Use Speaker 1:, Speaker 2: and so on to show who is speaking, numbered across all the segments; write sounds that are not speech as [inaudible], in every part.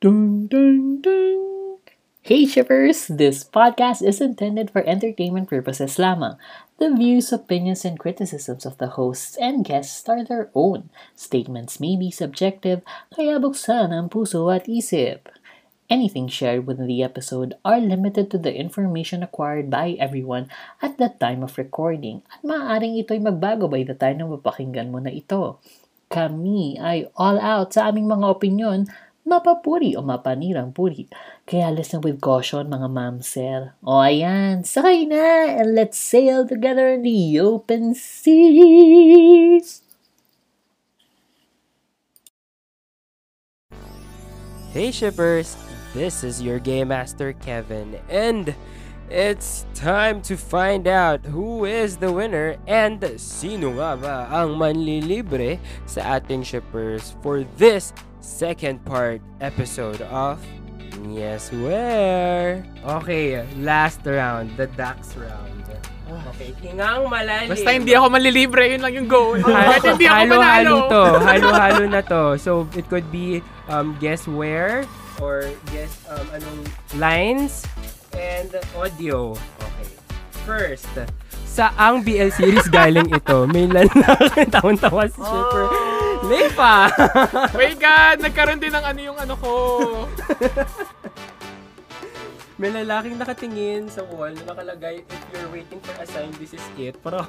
Speaker 1: Dun, dun, dun. Hey Shivers! This podcast is intended for entertainment purposes lamang. The views, opinions, and criticisms of the hosts and guests are their own. Statements may be subjective, kaya buksan ang puso at isip. Anything shared within the episode are limited to the information acquired by everyone at the time of recording at maaaring ito'y magbago by the time na mapakinggan mo na ito. Kami ay all out sa aming mga opinyon mapapuri o mapanirang puri. Kaya listen with caution mga mamsel. O ayan, sakay na and let's sail together in the open seas.
Speaker 2: Hey shippers, this is your game master Kevin and it's time to find out who is the winner and sino nga ba ang manlilibre sa ating shippers for this second part episode of Yes Where. Okay, last round, the Dax round. Okay, kingang malalim.
Speaker 3: Ah. Basta hindi ako malilibre, yun lang yung [laughs] goal. Kahit hindi ako
Speaker 2: Halo-halo
Speaker 3: manalo.
Speaker 2: to. Halo-halo na to. So, it could be um, guess where or guess um, anong lines and audio. Okay. First, sa ang BL series galing ito. May lan [laughs] taon-tawa si Shipper.
Speaker 3: Oh.
Speaker 2: Lepa!
Speaker 3: My God, nagkaroon din ng ano yung ano ko.
Speaker 2: [laughs] May lalaking nakatingin sa wall na nakalagay, if you're waiting for a sign, this is it. Pero,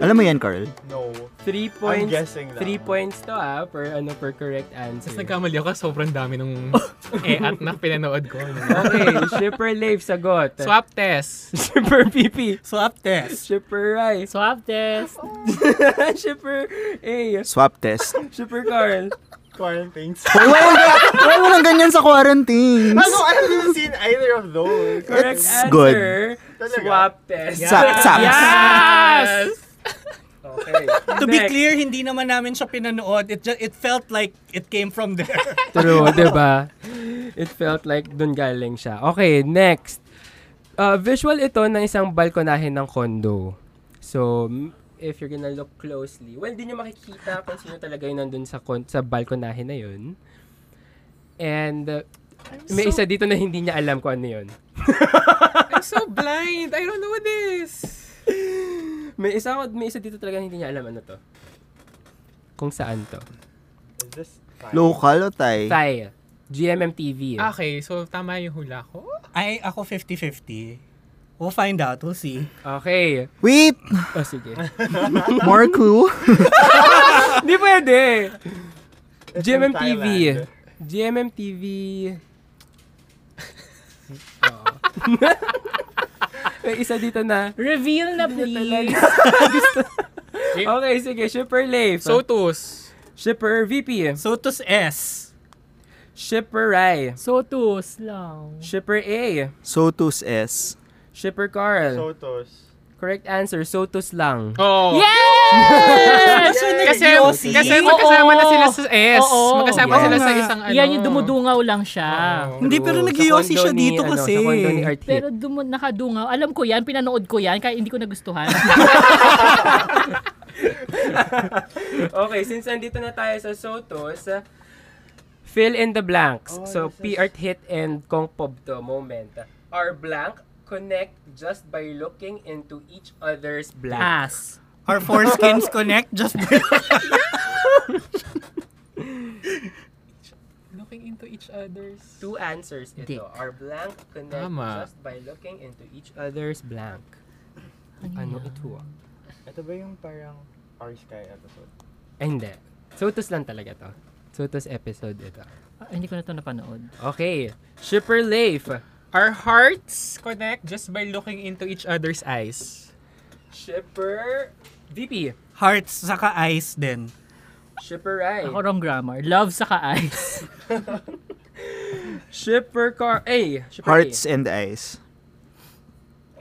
Speaker 4: Alam mo yan, Carl?
Speaker 5: No.
Speaker 2: three points.
Speaker 5: guessing lang.
Speaker 2: Three points to ah, per ano, per correct answer.
Speaker 3: Tapos [laughs] nagkamali ako, sobrang dami [laughs] nung eh at na pinanood ko. ano. [laughs]
Speaker 2: Okay, Shipper Lave, sagot.
Speaker 3: Swap test.
Speaker 2: [laughs] Shipper PP.
Speaker 5: Swap test.
Speaker 2: Shipper Rice.
Speaker 3: Swap test.
Speaker 2: [laughs] Shipper A.
Speaker 4: Swap test. [laughs]
Speaker 2: Shipper
Speaker 3: [laughs]
Speaker 2: Carl.
Speaker 5: Quarantines. [laughs]
Speaker 4: Hoy, wala wala mo lang ganyan sa quarantines.
Speaker 5: Ano? I haven't seen either of those.
Speaker 2: Correct
Speaker 4: It's
Speaker 2: answer.
Speaker 4: good.
Speaker 5: Talaga?
Speaker 2: Swap test.
Speaker 4: Sa, sa,
Speaker 3: Yes! [laughs]
Speaker 2: Okay.
Speaker 6: To be
Speaker 2: Next.
Speaker 6: clear, hindi naman namin siya pinanood. It just, it felt like it came from there. [laughs]
Speaker 2: True, di ba? It felt like dun galing siya. Okay, next. Uh, visual ito na isang balkonahin ng condo. So, m- if you're gonna look closely, well, di nyo makikita kung sino talaga yung nandun sa, con- sa balkonahin na yun. And, uh, may isa dito na hindi niya alam kung ano yun.
Speaker 3: I'm so blind. I don't know this.
Speaker 2: May isa, ako- may isa dito talaga na hindi niya alam ano to. Kung saan to.
Speaker 5: Is this fine?
Speaker 4: Local o Thai?
Speaker 2: Thai. GMM TV.
Speaker 3: Okay, so tama yung hula ko?
Speaker 6: Ay, ako 50-50. We'll find out. We'll see.
Speaker 2: Okay.
Speaker 4: Wait!
Speaker 2: Oh, sige.
Speaker 4: More
Speaker 3: [laughs]
Speaker 4: clue?
Speaker 2: Hindi pwede.
Speaker 5: It's
Speaker 2: GMM
Speaker 5: in
Speaker 2: TV.
Speaker 5: Thailand.
Speaker 2: GMM TV. May isa dito na.
Speaker 3: Reveal na [laughs] please.
Speaker 2: Okay, sige. Shipper Leif.
Speaker 3: Sotus.
Speaker 2: Shipper VP.
Speaker 6: Sotus S.
Speaker 2: Shipper Rai.
Speaker 3: Sotus lang.
Speaker 2: Shipper A.
Speaker 4: Sotus S.
Speaker 2: Shipper Carl.
Speaker 5: Sotos.
Speaker 2: Correct answer. Sotos lang.
Speaker 3: Oh.
Speaker 7: Yes!
Speaker 3: Kasi,
Speaker 6: Yossi.
Speaker 3: kasi magkasama
Speaker 7: Oo.
Speaker 3: na sila sa S.
Speaker 7: Oo.
Speaker 3: Magkasama
Speaker 4: Yeah.
Speaker 3: sila sa
Speaker 6: Tama.
Speaker 3: isang ano.
Speaker 7: Yan, yung dumudungaw lang siya.
Speaker 2: Oo.
Speaker 6: Hindi,
Speaker 2: Oh,
Speaker 6: pero
Speaker 2: Sa
Speaker 6: nag-yossi
Speaker 2: condo
Speaker 6: siya
Speaker 2: ni,
Speaker 6: dito
Speaker 2: ano,
Speaker 6: kasi.
Speaker 2: Sa condo ni Art Hit.
Speaker 7: [laughs] Pero dumu- nakadungaw. Alam ko yan, pinanood ko yan, kaya hindi ko [laughs] nagustuhan.
Speaker 2: Okay, since nandito na tayo sa Sotos, uh, fill in the blanks.
Speaker 7: Oh,
Speaker 2: so, P art hit and Kong Pob to moment. Are blank connect just by looking into each other's blank.
Speaker 7: Ass.
Speaker 6: Our foreskins connect just by...
Speaker 3: Looking into each other's.
Speaker 2: Two answers ito.
Speaker 7: Dick.
Speaker 2: Are blank connect
Speaker 3: Tama.
Speaker 2: just by looking into each other's blank. Ano ito? ah?
Speaker 5: Ito ba yung parang Our Sky episode?
Speaker 2: Ay, hindi. Sotos lang talaga to. Sotos episode ito.
Speaker 7: Ah, hindi ko na ito napanood.
Speaker 2: Okay. Shipper Leif.
Speaker 3: Our hearts connect just by looking into each other's eyes.
Speaker 2: Shipper VP.
Speaker 6: [laughs] Hearts, saka eyes din.
Speaker 2: Shipper Rai.
Speaker 7: Ako wrong grammar. Love sa eyes.
Speaker 2: Shipper Car... Ay! Shipper A.
Speaker 4: Hearts and eyes.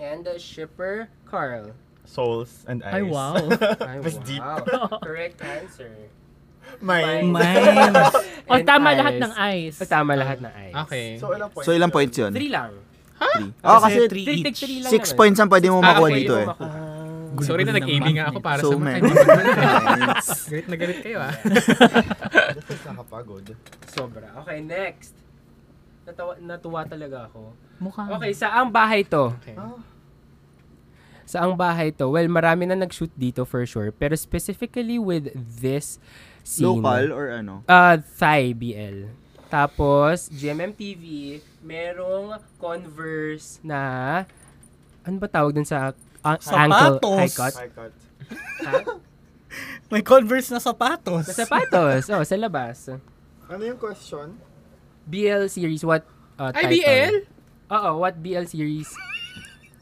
Speaker 2: And uh, Shipper Carl.
Speaker 5: Souls and Eyes.
Speaker 7: Ay,
Speaker 5: [laughs]
Speaker 7: [laughs] wow.
Speaker 2: Ay,
Speaker 5: Mas deep.
Speaker 2: Correct answer.
Speaker 5: Mine.
Speaker 6: Mines.
Speaker 2: [laughs]
Speaker 7: o
Speaker 2: And
Speaker 7: tama
Speaker 2: eyes.
Speaker 7: lahat ng eyes.
Speaker 2: O, tama lahat ng eyes.
Speaker 3: Okay.
Speaker 5: So, ilang points?
Speaker 4: So, ilang points yun?
Speaker 2: Three lang.
Speaker 4: Three. Oh, kasi
Speaker 6: three E.
Speaker 2: Three,
Speaker 6: each.
Speaker 2: three, three lang
Speaker 4: six
Speaker 2: naman.
Speaker 4: points ang pwede mo
Speaker 3: eh. Ah,
Speaker 4: makuha
Speaker 3: okay.
Speaker 4: dito eh.
Speaker 2: Makuha.
Speaker 3: Sorry na nag-AB nga ako para
Speaker 4: So
Speaker 3: sa mga
Speaker 4: many [laughs]
Speaker 3: kaibigan.
Speaker 4: friends.
Speaker 3: Galit na galit kayo [laughs] ah.
Speaker 5: This is nakapagod.
Speaker 2: Sobra. Okay, next. Natawa, natuwa talaga ako.
Speaker 7: Mukha.
Speaker 2: Okay, saang bahay to?
Speaker 3: Okay.
Speaker 2: Saang bahay to? Well, marami na nag-shoot dito for sure. Pero specifically with this scene.
Speaker 4: Local or ano?
Speaker 2: Uh, Thai BL. Tapos, GMMTV, merong Converse na, ano ba tawag dun sa a- ankle
Speaker 6: Sapatos.
Speaker 2: high cut?
Speaker 5: High cut.
Speaker 6: May Converse na sapatos.
Speaker 2: Sa sapatos. oh, sa labas.
Speaker 5: Ano yung question?
Speaker 2: BL series, what uh, title?
Speaker 3: IBL?
Speaker 2: Oo, what BL series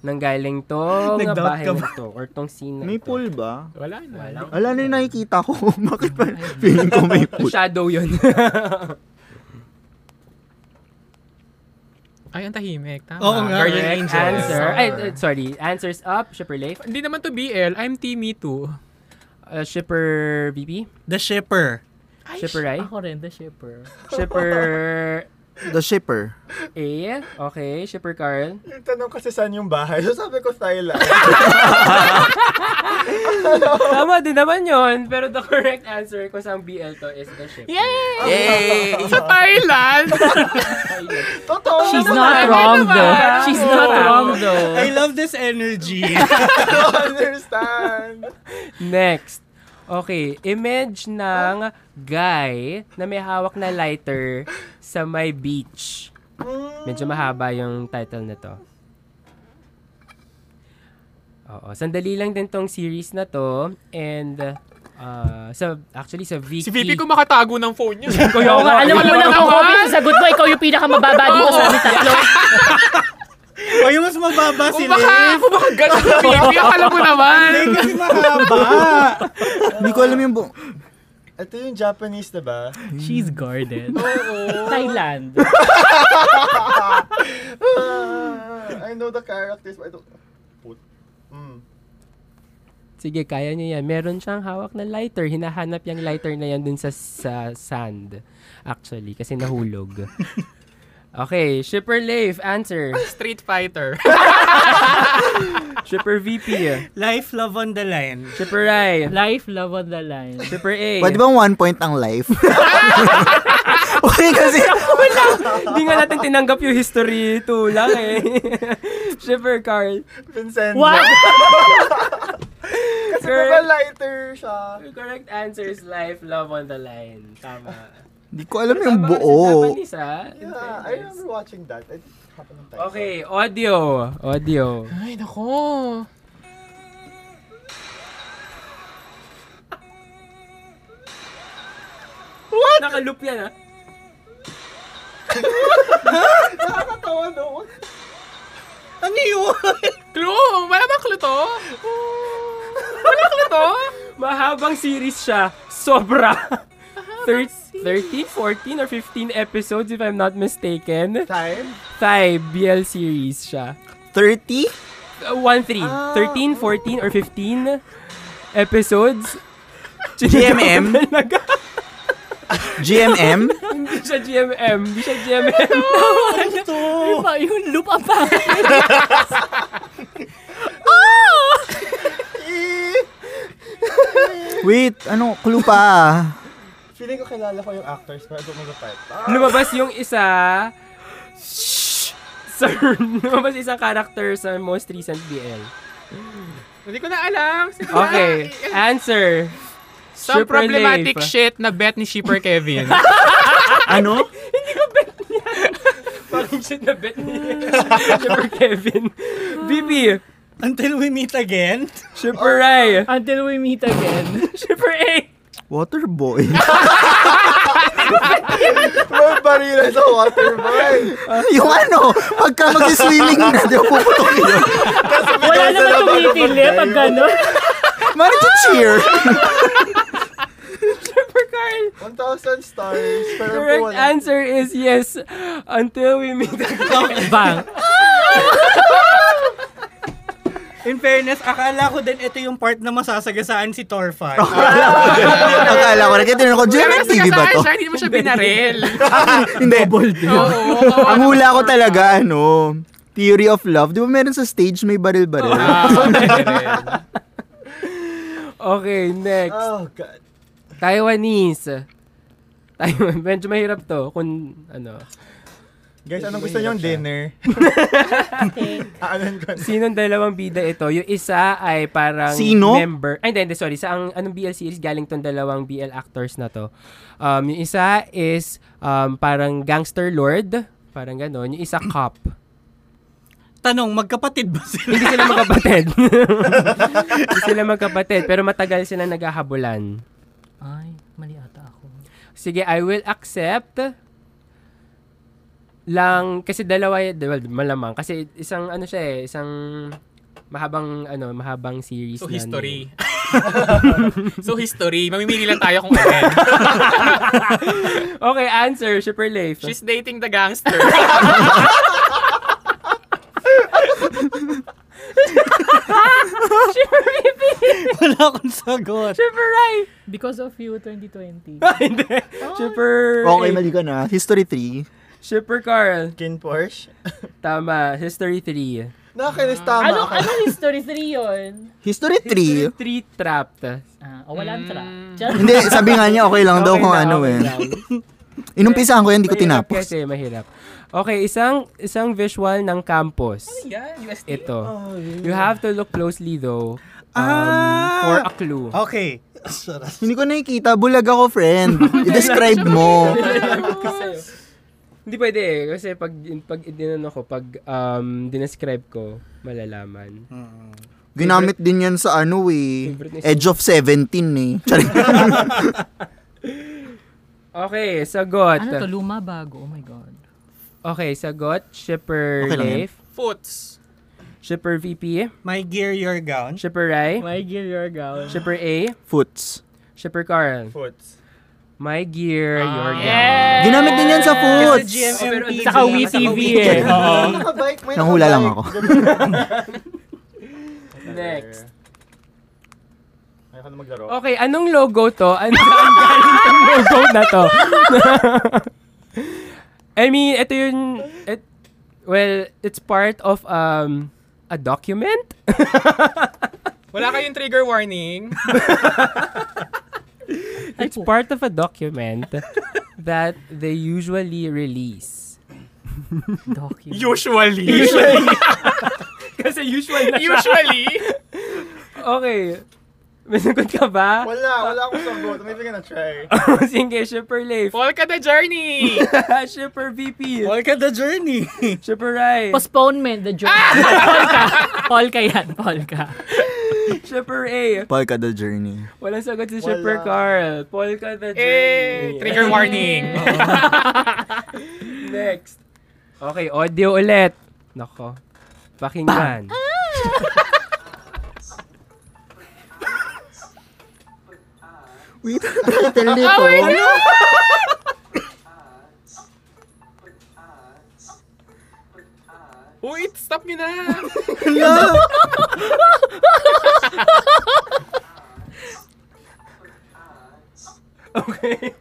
Speaker 2: nanggaling tong
Speaker 6: Nag-doubt
Speaker 2: bahay na
Speaker 6: ka ba?
Speaker 2: to or tong scene na
Speaker 4: May
Speaker 2: to?
Speaker 4: pool ba?
Speaker 3: Wala na.
Speaker 2: Wala.
Speaker 4: Wala na yung nakikita ko. [laughs] Bakit ba? Feeling ko may pool.
Speaker 2: Shadow yun.
Speaker 3: [laughs] Ay, ang tahimik. Tama.
Speaker 6: Oo nga.
Speaker 3: Guardian
Speaker 2: Correct
Speaker 3: Angels.
Speaker 2: answer. Ay,
Speaker 5: Sorry.
Speaker 2: eh, sorry. Answers up. Shipper Leif.
Speaker 3: Hindi naman to BL. I'm Team Me Too.
Speaker 2: Uh, shipper VP.
Speaker 6: The Shipper.
Speaker 2: Shipper I.
Speaker 7: Ako rin, the [laughs] shipper.
Speaker 2: Shipper
Speaker 4: The shipper.
Speaker 2: A. Okay. Shipper Carl.
Speaker 5: Yung tanong kasi saan yung bahay? [laughs] So sabi ko Thailand.
Speaker 2: Tama din naman yon Pero the correct answer ko sa BL to is the shipper.
Speaker 7: Yay!
Speaker 4: Yay!
Speaker 3: Thailand!
Speaker 5: Totoo
Speaker 7: She's
Speaker 5: naman.
Speaker 7: not wrong though. She's not wrong though.
Speaker 6: I love this
Speaker 2: [laughs]
Speaker 6: energy.
Speaker 5: I don't understand.
Speaker 2: Next. Okay, image ng guy na may hawak na lighter sa may beach. Medyo mahaba yung title na to. Oo, sandali lang din tong series na to and uh, sa actually sa Vicky.
Speaker 3: Si VP ko makatago ng phone niya.
Speaker 2: Kuya ko nga,
Speaker 7: Alam mo
Speaker 3: Wala
Speaker 7: lang kung
Speaker 3: naman.
Speaker 7: kami sa sagot mo, ikaw yung pinakamababa dito sa amin [laughs] tatlo.
Speaker 6: o yung mas mababa
Speaker 3: Kung
Speaker 6: si
Speaker 3: baka,
Speaker 6: Leif.
Speaker 3: kung baka [laughs] ganun si VP, akala mo naman.
Speaker 6: Leif kasi mahaba.
Speaker 4: Hindi ko alam yung buong...
Speaker 5: Ito yung Japanese, di ba? [laughs]
Speaker 7: She's guarded. Thailand.
Speaker 5: Ah, I know the characters, but I don't... Put. Mm.
Speaker 2: Sige, kaya niya yan. Meron siyang hawak na lighter. Hinahanap yung lighter na yan dun sa, sa sand. Actually, kasi nahulog. okay, Shipper Leif, answer.
Speaker 3: Street Fighter.
Speaker 2: Shipper VP.
Speaker 6: Life, love on the line.
Speaker 2: Shipper Rai.
Speaker 7: Life, love on the line.
Speaker 2: Shipper A.
Speaker 4: Pwede bang one point ang
Speaker 5: [laughs]
Speaker 4: life? Okay kasi...
Speaker 2: Wala! Hindi nga natin tinanggap yung history to lang eh. [laughs] Shipper Carl.
Speaker 5: Vincent.
Speaker 7: What?
Speaker 5: Kasi
Speaker 2: Girl.
Speaker 5: diba lighter siya?
Speaker 2: Your correct answer is life, love on the line. Tama.
Speaker 4: Hindi ko alam yung
Speaker 2: Tama ka sa
Speaker 4: buo.
Speaker 2: Japanese, ah.
Speaker 5: Yeah, I remember watching that. It happened on time.
Speaker 2: Okay, audio. Audio.
Speaker 3: Ay, nako.
Speaker 2: What? Nakaloop yan ah.
Speaker 5: Nakakatawa, no?
Speaker 6: Ano yun?
Speaker 3: Clue! Wala ba clue to? Wala clue to?
Speaker 2: Mahabang series siya. Sobra. Thir- 13, 14, or 15 episodes if I'm not mistaken.
Speaker 5: Time?
Speaker 2: Thai BL series siya.
Speaker 4: 30?
Speaker 2: Uh, 1-3.
Speaker 3: Ah.
Speaker 2: 13, 14, or 15
Speaker 3: [laughs]
Speaker 2: episodes.
Speaker 4: GMM?
Speaker 2: [laughs] Talaga.
Speaker 4: GMM?
Speaker 2: Hindi siya GMM. Hindi siya
Speaker 3: [laughs]
Speaker 2: GMM.
Speaker 7: Diba, yung loop ang pangit.
Speaker 4: Wait, ano? Clue pa.
Speaker 5: Feeling ko kilala ko yung actors, pero I don't know the type. Ah,
Speaker 2: Lumabas yung isa... Sir, [laughs] lumabas isang character sa most recent BL.
Speaker 3: Hindi ko na alam. Sige na.
Speaker 2: Okay,
Speaker 3: [laughs]
Speaker 2: answer.
Speaker 3: Some
Speaker 2: Shipper
Speaker 3: problematic
Speaker 2: Leif.
Speaker 3: shit na bet ni Shipper Kevin.
Speaker 4: Ano?
Speaker 2: Parang shit na bet niya. Shipper Kevin.
Speaker 3: [laughs]
Speaker 2: BB,
Speaker 6: Until we meet again.
Speaker 2: Shipper Rai,
Speaker 7: [laughs] Until we meet again.
Speaker 2: Shipper A.
Speaker 4: Water boy. [laughs]
Speaker 5: May barila sa water boy!
Speaker 4: yung ano, pagka mag-swimming na, di ba puputok yun?
Speaker 7: Wala naman tumitili pag gano'n.
Speaker 4: Mano to
Speaker 5: [laughs]
Speaker 4: cheer?
Speaker 2: Shipper Carl.
Speaker 5: 1,000 stars, pero po
Speaker 2: Correct
Speaker 5: wala.
Speaker 2: answer is yes. Until we
Speaker 3: [laughs]
Speaker 2: meet again.
Speaker 7: Bang.
Speaker 6: In fairness, akala ko din ito yung part na masasagasaan si
Speaker 2: [laughs]
Speaker 6: Torfan.
Speaker 4: Akala ko din. Akala ko rin. Kaya tinanong ko,
Speaker 3: Pero
Speaker 4: GMM TV ba to? [laughs]
Speaker 3: siya, hindi mo siya binaril.
Speaker 4: Hindi.
Speaker 3: Oo.
Speaker 4: Ang hula ko talaga, ano, Theory of Love. Di ba meron sa stage may baril-baril?
Speaker 3: Ah, binaril.
Speaker 2: Okay, next.
Speaker 5: Oh, God.
Speaker 2: Taiwanese. Taiwan. [laughs] Medyo mahirap to kung ano.
Speaker 5: Guys, anong gusto niyong [laughs] dinner? Ah, Aanan ko.
Speaker 2: Sinong dalawang bida ito? Yung isa ay parang
Speaker 4: Sino?
Speaker 2: member. Ay, hindi, hindi, sorry. Sa ang, anong BL series galing tong dalawang BL actors na to. Um, yung isa is um, parang gangster lord. Parang ganon. Yung isa cop.
Speaker 6: Tanong, magkapatid ba sila?
Speaker 2: Hindi sila magkapatid. [laughs] Hindi sila magkapatid. Pero matagal sila naghahabulan.
Speaker 7: Ay, mali ata ako.
Speaker 2: Sige, I will accept lang kasi dalawa y- well, malamang kasi isang ano siya eh, isang mahabang ano, mahabang series
Speaker 3: [laughs] So,
Speaker 2: na ano eh.
Speaker 3: history. [laughs] so, history. Mamimili lang tayo kung alin. [laughs]
Speaker 2: ano eh. Okay, answer, super late.
Speaker 3: She's dating the gangster.
Speaker 6: Wala akong sagot.
Speaker 2: Super right.
Speaker 7: Because of you, 2020.
Speaker 2: Hindi. Super
Speaker 4: Okay, mali ka na. History 3.
Speaker 2: Super Carl.
Speaker 5: Kin Porsche?
Speaker 2: Tama, History 3.
Speaker 5: Nakakainis tama
Speaker 7: ano,
Speaker 5: ka.
Speaker 7: ano history 3 yun?
Speaker 4: History 3?
Speaker 2: 3 trapped.
Speaker 7: Ah, oh, walang tra.
Speaker 4: Hindi, sabi nga niya okay lang
Speaker 2: Okay
Speaker 4: daw kung
Speaker 2: na,
Speaker 4: ano
Speaker 2: okay
Speaker 4: eh.
Speaker 2: lang.
Speaker 4: [laughs] Inumpisahan ko yan, hindi ko
Speaker 2: Mahirap
Speaker 4: tinapos.
Speaker 2: Kasi mahirap. Okay, isang isang visual ng campus.
Speaker 7: Ano
Speaker 3: yeah, UST.
Speaker 2: Ito.
Speaker 7: Oh,
Speaker 2: You have to look closely though um,
Speaker 6: Ah!
Speaker 2: for a clue.
Speaker 6: Okay.
Speaker 4: Hindi ko nakikita. Bulag ako, [laughs] friend. I-describe [laughs] mo.
Speaker 7: Ano
Speaker 2: Hindi pwede eh. Kasi pag, pag dinano ko, pag um, dinescribe ko, malalaman.
Speaker 4: Hmm. Ginamit din yan sa ano eh.
Speaker 2: Favorite ni-
Speaker 4: Edge of 17 eh. [laughs] Charing.
Speaker 2: Okay, sagot.
Speaker 7: Ano to, luma bago? Oh my God.
Speaker 2: Okay, sagot. Shipper
Speaker 4: Okay lang yan.
Speaker 2: Leif.
Speaker 3: Foots.
Speaker 2: Shipper VP.
Speaker 6: My gear, your gown.
Speaker 2: Shipper Rai.
Speaker 7: My gear, your gown.
Speaker 2: Shipper A.
Speaker 4: Foots.
Speaker 2: Shipper Carl.
Speaker 5: Foots.
Speaker 2: My gear,
Speaker 7: Ah,
Speaker 2: your gown.
Speaker 4: Ginamit din yan sa foots.
Speaker 2: Oh,
Speaker 6: GMMP.
Speaker 7: Saka WeTV eh.
Speaker 5: Oo. Nakabike, may
Speaker 4: Nanghula lang
Speaker 5: nakabike.
Speaker 4: ako.
Speaker 5: [laughs]
Speaker 2: Next.
Speaker 5: Ayaw ka na maglaro.
Speaker 7: Oh,
Speaker 2: Okay, anong logo to? Ano [laughs] ang galing tong logo na to? [laughs] I mean, ito yun, it, well, it's part of um a document? [laughs]
Speaker 3: Wala kayong trigger warning.
Speaker 2: It's part of a document that they usually release.
Speaker 7: Document.
Speaker 3: Usually. [laughs]
Speaker 2: Usually. Kasi usual na siya.
Speaker 3: Usually.
Speaker 2: Okay. May sagot ka ba?
Speaker 5: Wala, wala akong sagot. I'm even gonna
Speaker 7: [laughs]
Speaker 5: try.
Speaker 2: [laughs] Sige, Shipper Leif.
Speaker 3: Polka the journey.
Speaker 2: [laughs] Shipper VP.
Speaker 6: All ka the journey. [laughs]
Speaker 2: Shipper Rai.
Speaker 7: Postponement, the joke. Polka. [laughs] Polka yan, polka.
Speaker 2: Shipper A.
Speaker 4: Polka the [laughs] journey.
Speaker 2: Walang sagot si
Speaker 5: Wala.
Speaker 2: Shipper Carl. Polka the
Speaker 3: eh,
Speaker 2: journey.
Speaker 3: trigger warning. [laughs]
Speaker 2: Next. Okay, audio ulit. Nako. Pakinggan.
Speaker 4: Wait, ang title nito.
Speaker 3: Wait, stop nyo na.
Speaker 4: Ano?
Speaker 2: [laughs] Okay.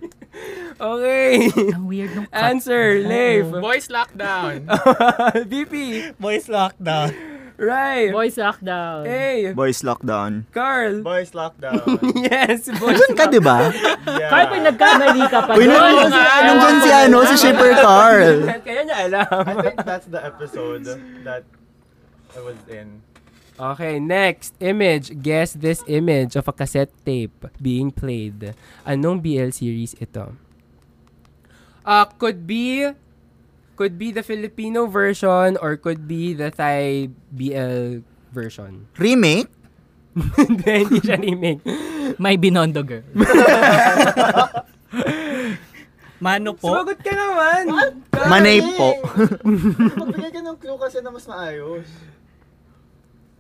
Speaker 2: Okay.
Speaker 7: Ang weird nung cut.
Speaker 2: Answer, Leif. [laughs]
Speaker 3: Boys lockdown.
Speaker 2: VP.
Speaker 6: Boys lockdown.
Speaker 2: Rai.
Speaker 7: Boys lockdown.
Speaker 2: Hey.
Speaker 4: [laughs] Boys lockdown.
Speaker 2: Carl.
Speaker 5: Boys lockdown.
Speaker 2: Yes, boys.
Speaker 4: Doon ka, di [laughs] ba?
Speaker 5: Yeah.
Speaker 7: Kaya [laughs] pag nagkamali ka pa.
Speaker 4: Uy, nandun
Speaker 7: doon.
Speaker 4: si, nandun si ano, si Shipper Carl.
Speaker 2: Kaya niya
Speaker 5: I
Speaker 2: alam.
Speaker 5: think that's the episode that I was in.
Speaker 2: Okay, next. Image. Guess this image of a cassette tape being played. Anong BL series ito? Uh, could be could be the Filipino version or could be the Thai BL version. [laughs]
Speaker 4: Remake?
Speaker 2: Hindi, hindi siya
Speaker 3: [laughs]
Speaker 2: remake.
Speaker 7: May binondo girl.
Speaker 6: Mano po.
Speaker 2: Sumagot ka naman!
Speaker 4: Manay po.
Speaker 5: Magbigay ka ng clue kasi na mas maayos.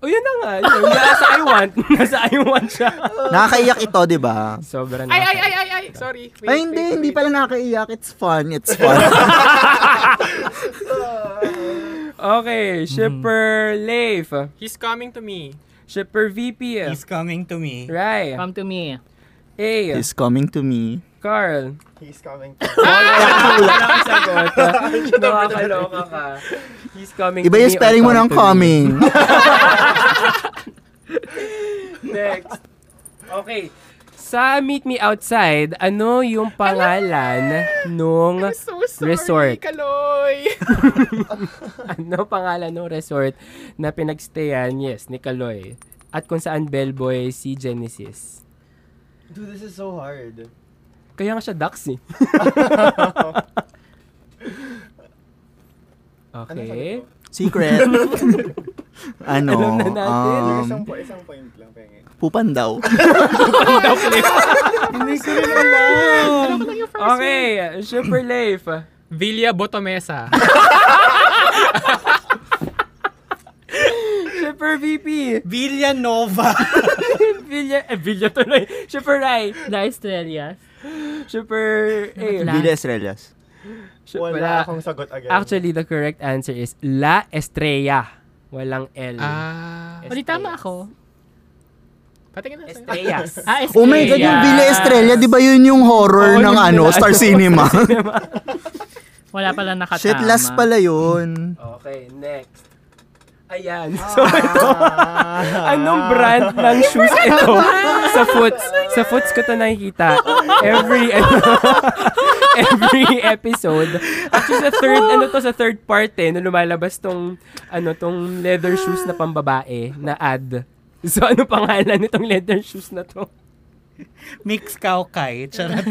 Speaker 2: O Oh, yun na nga. yun. Nasa I want. [laughs] Nasa I want siya.
Speaker 4: Nakakaiyak ito, di ba?
Speaker 2: Sobrang
Speaker 3: ay, ay, ay, ay, ay. Sorry. Wait,
Speaker 4: Ay, hindi,
Speaker 3: wait,
Speaker 4: hindi
Speaker 3: wait.
Speaker 4: pala nakakaiyak. It's fun, it's fun.
Speaker 2: Okay,
Speaker 3: Mm-hmm.
Speaker 2: Shipper Leif.
Speaker 3: He's coming to me.
Speaker 2: Shipper VP.
Speaker 6: He's coming to me.
Speaker 2: Rai.
Speaker 3: Um,
Speaker 7: Come to me.
Speaker 2: A.
Speaker 4: He's coming to me.
Speaker 2: Carl.
Speaker 5: He's coming to
Speaker 2: [laughs] Nakakaloka ka. He's coming
Speaker 4: Iba
Speaker 2: to
Speaker 4: yung
Speaker 2: me or
Speaker 4: spelling mo
Speaker 2: come
Speaker 4: ng
Speaker 2: to me.
Speaker 4: coming.
Speaker 2: Next. Okay. Sa Meet Me Outside, ano yung pangalan nung resort?
Speaker 8: Kaloy.
Speaker 2: [laughs] ano pangalan ng resort na pinagstayan, yes, ni Kaloy? At kung saan bellboy si Genesis?
Speaker 5: Dude, this is so hard.
Speaker 2: Kaya nga siya Dax eh. okay.
Speaker 4: Secret. ano?
Speaker 2: Alam na natin.
Speaker 4: um,
Speaker 5: isang, po, isang point lang, pengen.
Speaker 4: pupan daw.
Speaker 6: Hindi ko rin
Speaker 4: [laughs]
Speaker 6: alam.
Speaker 2: Okay, super life.
Speaker 3: Villa Botomesa.
Speaker 2: Super VP.
Speaker 6: Villanova.
Speaker 2: Villa, eh, Villa tuloy. Super Rai.
Speaker 7: La Estrellas.
Speaker 2: Super eh,
Speaker 7: Wala.
Speaker 4: Villa Estrellas.
Speaker 2: super-
Speaker 5: Wala akong sagot agad.
Speaker 2: Actually, the correct answer is La Estrella. Walang L.
Speaker 3: Ah.
Speaker 7: Ulit tama ako.
Speaker 3: Patingin na sa'yo.
Speaker 2: Estrellas.
Speaker 7: Ah,
Speaker 4: Oh my God, yung Villa Estrella, di ba yun yung horror
Speaker 2: Oo,
Speaker 4: ng
Speaker 2: yung
Speaker 4: ano,
Speaker 2: Villa-
Speaker 4: Star
Speaker 2: [laughs]
Speaker 4: Cinema?
Speaker 7: Wala pala nakatama.
Speaker 4: Shit, last pala yun.
Speaker 2: Okay, next. Ayan. [laughs] So, ito. Anong brand ng shoes ito? sa Foots. Sa Foots ko to nakikita. Every, [laughs] ano, every episode. Actually, sa third, ano to, sa third part eh, na lumalabas tong, ano, tong leather shoes na pambabae na ad. So, ano pangalan nitong leather shoes na to?
Speaker 6: Mix Kaukay.
Speaker 2: [laughs]
Speaker 6: Charot.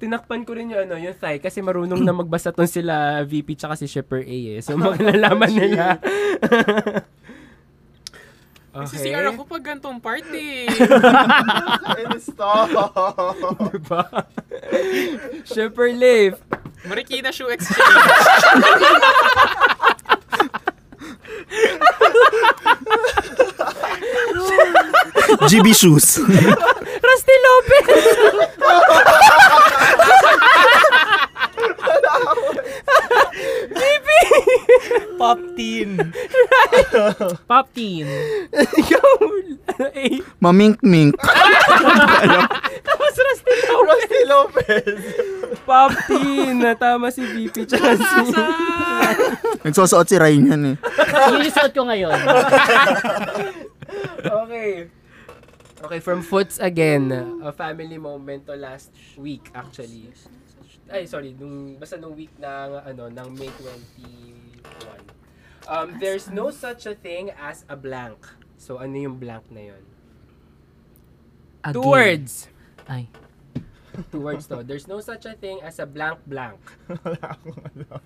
Speaker 2: tinakpan ko rin yung ano, yung thigh kasi marunong na magbasa tong sila VP tsaka si Shipper A eh. So maglalaman nila.
Speaker 3: Kasi
Speaker 2: okay.
Speaker 3: CR ako pag gantong party.
Speaker 5: And stop! [laughs]
Speaker 2: Diba? [laughs] Shipper Leif.
Speaker 3: Marikina Shoe Exchange.
Speaker 4: GB Shoes.
Speaker 2: Rusty Lopez.
Speaker 6: Pop teen.
Speaker 7: Pop teen.
Speaker 2: Ikaw. eh,
Speaker 4: Mamink Mink.
Speaker 2: [laughs] Tapos Rusty Lopez.
Speaker 5: Rusty Lopez!
Speaker 2: Pop teen. Tama si VP tsaka si...
Speaker 4: Nagsusuot si Ryan yan eh.
Speaker 7: Yun yung suot ko ngayon.
Speaker 2: okay. Okay, from Foots again. A family moment to last week actually. Ay, sorry, nung basta nung week ng ano ng May 21. Um, there's no such a thing as a blank. So ano yung blank na yon? Two words.
Speaker 7: Ay.
Speaker 2: Two words to. There's no such a thing as a blank blank.
Speaker 5: Wala akong alam.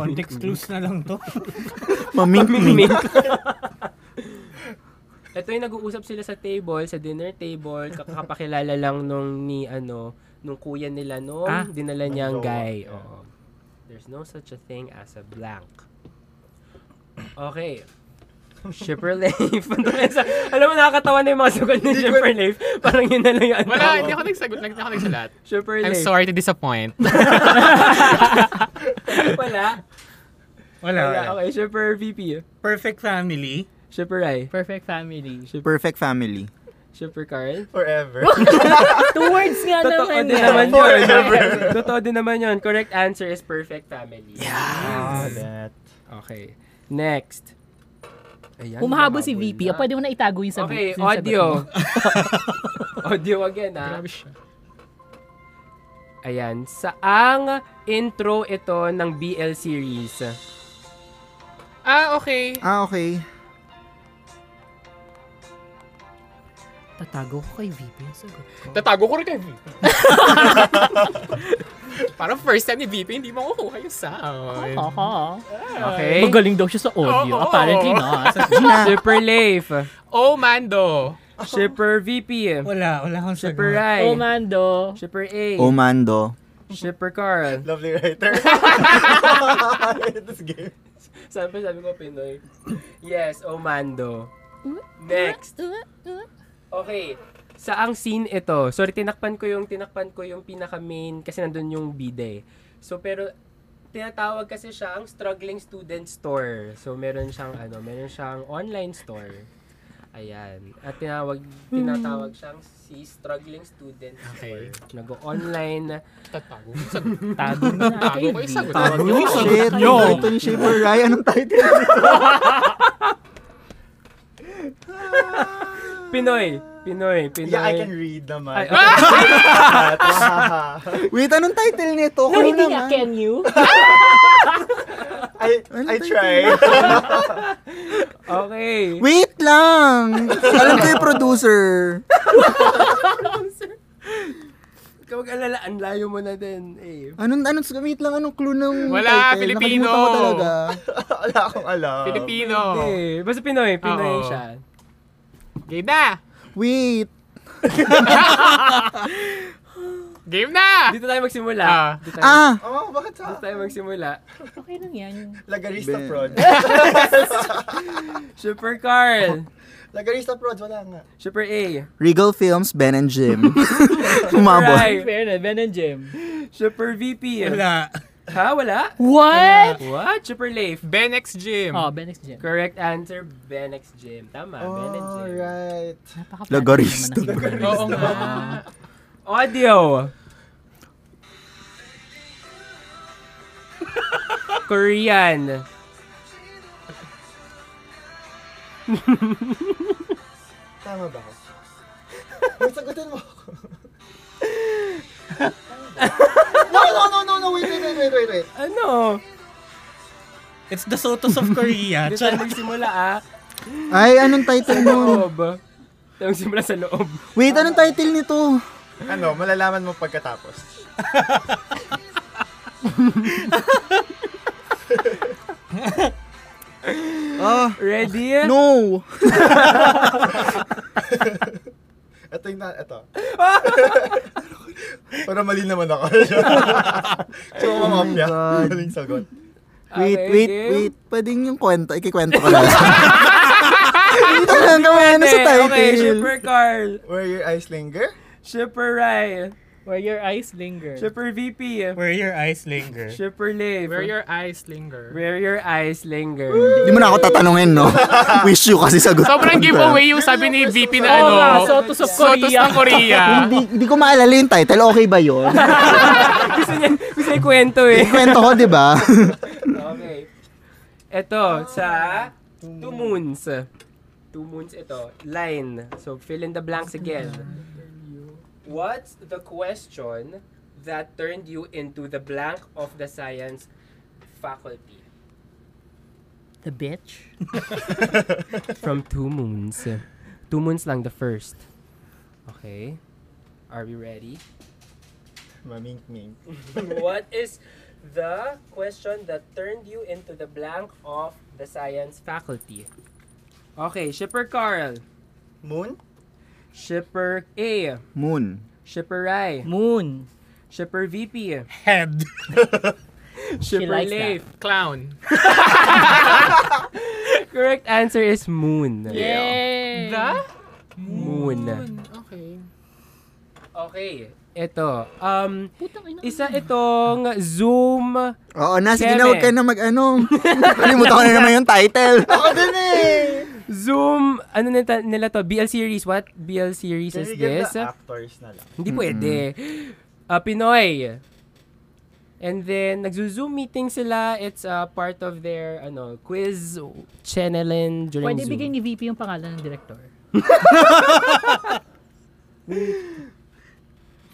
Speaker 6: Context clues na lang to. [laughs]
Speaker 4: Mamink Mink.
Speaker 2: Ito yung nag-uusap sila sa table, sa dinner table, kakapakilala lang nung ni ano, nung kuya nila nung
Speaker 7: Ah.
Speaker 2: dinala niyang
Speaker 5: jowa,
Speaker 2: guy.
Speaker 5: yeah.
Speaker 2: Oo. There's no such a thing as a blank. Okay. Shipper Leif. [laughs] Ano kaya sa- Alam mo, nakakatawa na yung mga sagot ni Shipper Leif. Parang yun na lang yung ano.
Speaker 3: [laughs] Wala, hindi ako nagsagot. Hindi ako nagsalat.
Speaker 2: Shipper
Speaker 3: I'm
Speaker 2: Leif.
Speaker 3: sorry to disappoint.
Speaker 2: [laughs] Wala.
Speaker 6: Wala,
Speaker 2: Wala. Okay, Shipper VP.
Speaker 6: Perfect family.
Speaker 2: Shipper Rai.
Speaker 7: Perfect family.
Speaker 4: Perfect Family.
Speaker 2: Shipper Carl.
Speaker 5: Forever.
Speaker 7: Two words nga
Speaker 2: Totoo
Speaker 7: naman.
Speaker 2: din
Speaker 7: eh.
Speaker 2: naman yun. Totoo din naman yun. Correct answer is perfect family.
Speaker 5: Ah, that.
Speaker 2: Okay. Next. Ayan,
Speaker 7: Humahabol si
Speaker 2: humahabol
Speaker 7: VP.
Speaker 2: na.
Speaker 7: O, pwede mo na itago yung sagot.
Speaker 2: Okay,
Speaker 7: yung
Speaker 2: [laughs]
Speaker 7: sagot
Speaker 2: audio.
Speaker 7: mo.
Speaker 2: audio again, ha?
Speaker 3: Grabe siya.
Speaker 2: Ayan. Saang intro ito ng BL series?
Speaker 3: Ah, okay.
Speaker 4: Ah, okay.
Speaker 7: Tatago ko kay VP yung sagot ko.
Speaker 3: Tatago ko rin kay VP. [laughs] Parang first time ni VP, hindi mo kukuha yung sound.
Speaker 7: Ha, ha.
Speaker 2: Okay.
Speaker 7: Magaling daw siya sa audio.
Speaker 3: Oo.
Speaker 7: Apparently not.
Speaker 2: Super Leif.
Speaker 3: Oh, Mando.
Speaker 2: Super VP.
Speaker 6: Wala, wala akong
Speaker 2: Super
Speaker 6: sagot.
Speaker 2: Rai.
Speaker 7: Oh, Mando.
Speaker 2: Super A.
Speaker 4: Omando.
Speaker 2: Super Carl.
Speaker 5: Lovely writer. [laughs] This game.
Speaker 2: Sabi, sabi ko Pinoy. Yes, Omando. Next. Okay. Saang scene ito? Sorry, tinakpan ko yung tinakpan ko yung pinaka main kasi nandun yung bide. So pero tinatawag kasi siyang struggling student store. So meron siyang ano, meron siyang online store. Ayan. At tinawag
Speaker 5: Hmm.
Speaker 2: tinatawag siyang si struggling student store.
Speaker 3: Okay.
Speaker 2: Nag-online.
Speaker 3: Tatago. ko yung sagot.
Speaker 7: Tago mo na
Speaker 3: Tago
Speaker 7: kay
Speaker 3: ko yung
Speaker 7: VP.
Speaker 3: sagot.
Speaker 4: Tago.
Speaker 7: Yung sagot
Speaker 4: Shit.
Speaker 7: kayo.
Speaker 4: Burton Shaver Ryan. Anong title?
Speaker 2: Pinoy. Pinoy. Pinoy.
Speaker 5: Yeah, I can read naman.
Speaker 2: Ay,
Speaker 4: Wait, anong title nito?
Speaker 1: No,
Speaker 4: Ako
Speaker 1: hindi
Speaker 4: naman.
Speaker 1: nga, can you?
Speaker 5: I,
Speaker 4: Ano
Speaker 5: I try.
Speaker 4: [laughs]
Speaker 2: Okay.
Speaker 4: Wait lang! Alam ko yung producer.
Speaker 2: Ikaw mag-alala, ang layo mo na din. Eh.
Speaker 4: Anong, anong, wait lang, anong clue ng
Speaker 3: Wala,
Speaker 4: title?
Speaker 3: Pilipino.
Speaker 4: Nakalimutan ko talaga.
Speaker 5: Wala akong alam.
Speaker 3: Filipino.
Speaker 2: Hindi. Eh, Basta Pinoy. Pinoy
Speaker 3: Oo.
Speaker 2: siya.
Speaker 3: Game na!
Speaker 4: Wait.
Speaker 3: Game na!
Speaker 2: Dito tayo magsimula.
Speaker 3: Ah.
Speaker 2: Dito tayo,
Speaker 4: Ah!
Speaker 5: Oh, bakit sa
Speaker 2: dito tayo magsimula.
Speaker 1: Okay lang yan.
Speaker 5: Lagarista
Speaker 4: Ben. [laughs]
Speaker 5: Prod.
Speaker 2: Super Carl.
Speaker 5: Lagarista Prod, wala nga.
Speaker 2: Super A.
Speaker 4: Regal Films, Ben and Jim. Humabol.
Speaker 2: Right.
Speaker 1: Fair na, Ben and Jim.
Speaker 2: Super VP.
Speaker 6: Wala.
Speaker 2: Ha? Wala?
Speaker 1: What?
Speaker 2: What? Super Leif.
Speaker 3: Benex Gym.
Speaker 1: Oh, Ben and Jim.
Speaker 2: Correct answer, Benex Jim. Tama, Benex Jim.
Speaker 5: Alright.
Speaker 1: Napaka-bad
Speaker 4: Lagarista.
Speaker 1: naman ang Hebrew.
Speaker 3: Oo nga.
Speaker 2: Audio. Korean.
Speaker 5: Tama ba ako? Wait, sagutin mo [laughs] ako. no, no, no, no, no, wait, wait, wait, wait, wait, wait.
Speaker 2: Ano?
Speaker 6: It's the Sotos of Korea.
Speaker 2: [laughs] Dito tayo
Speaker 6: Charot.
Speaker 2: magsimula ah.
Speaker 4: Ay, anong title nun?
Speaker 2: Loob. Tayo magsimula sa loob.
Speaker 4: Wait, anong title nito?
Speaker 5: Ano, malalaman mo pagkatapos.
Speaker 4: Ah,
Speaker 2: Ready?
Speaker 4: no!
Speaker 5: Ito yung na, [laughs] ito. Para mali naman [laughs] ako. so, mga mafia.
Speaker 4: God.
Speaker 5: Maling sagot.
Speaker 4: Wait,
Speaker 2: Okay,
Speaker 4: wait,
Speaker 2: game.
Speaker 4: wait. Pwedeng yung kwento. Ikikwento ko lang. [laughs] Hindi talaga ano sa
Speaker 2: Okay,
Speaker 4: title.
Speaker 2: Okay, Super Carl.
Speaker 5: Where your eyes linger?
Speaker 2: Super Rai.
Speaker 1: Where your eyes linger.
Speaker 2: Super VP.
Speaker 6: Where your eyes linger.
Speaker 2: Super Leif.
Speaker 3: Where your eyes linger.
Speaker 2: Where your eyes linger.
Speaker 4: Hindi mo na ako tatanungin, [laughs] no? Wish you kasi sagot. ko
Speaker 3: Sobrang
Speaker 4: na.
Speaker 3: giveaway yung sabi ni VP na
Speaker 1: Oo
Speaker 5: Oh,
Speaker 3: ano.
Speaker 1: nga, Sotos of
Speaker 3: Sotos
Speaker 1: Korea.
Speaker 3: ng Korea.
Speaker 4: Hindi, hindi ko maalala yung title. Okay ba yun? [laughs]
Speaker 2: gusto niya, gusto niya kwento eh.
Speaker 4: Kwento ko, di [laughs] ba?
Speaker 2: Okay. Ito, sa Two Moons. Two Moons ito. Line. So, fill in the blanks again. What's the question that turned you into the blank of the science faculty?
Speaker 1: The bitch?
Speaker 2: From Two Moons. Two Moons lang, the first. Okay. Are we ready?
Speaker 5: Mamink-mink.
Speaker 2: what is the question that turned you into the blank of the science faculty? Okay, Shipper Carl.
Speaker 5: Moon?
Speaker 2: Shipper A.
Speaker 4: Moon.
Speaker 2: Shipper I.
Speaker 1: Moon.
Speaker 2: Shipper VP. [laughs]
Speaker 6: Head.
Speaker 2: Shipper
Speaker 1: likes
Speaker 2: Leif.
Speaker 3: Clown.
Speaker 2: Correct answer is moon.
Speaker 1: Yay!
Speaker 3: The?
Speaker 2: Moon.
Speaker 3: Okay.
Speaker 2: Okay. Ito. Um,
Speaker 7: Putang ina.
Speaker 2: isa itong Zoom.
Speaker 4: Oo na, sige
Speaker 2: Keme.
Speaker 4: na, huwag ka na mag-ano. Kalimutan ko na naman yung [laughs] title.
Speaker 5: Ako din eh!
Speaker 2: Zoom. Ano nita- nila to? BL series. What BL series
Speaker 5: Can
Speaker 2: is
Speaker 5: we give
Speaker 2: this?
Speaker 5: the actors na lang?
Speaker 2: Hindi pwede. Ah, Pinoy. And then, nagzo-Zoom meeting sila. It's uh, part of their ano quiz channeling during
Speaker 1: Pwede
Speaker 2: Zoom.
Speaker 1: bigyan ni VP yung pangalan ng
Speaker 2: [laughs]
Speaker 1: director.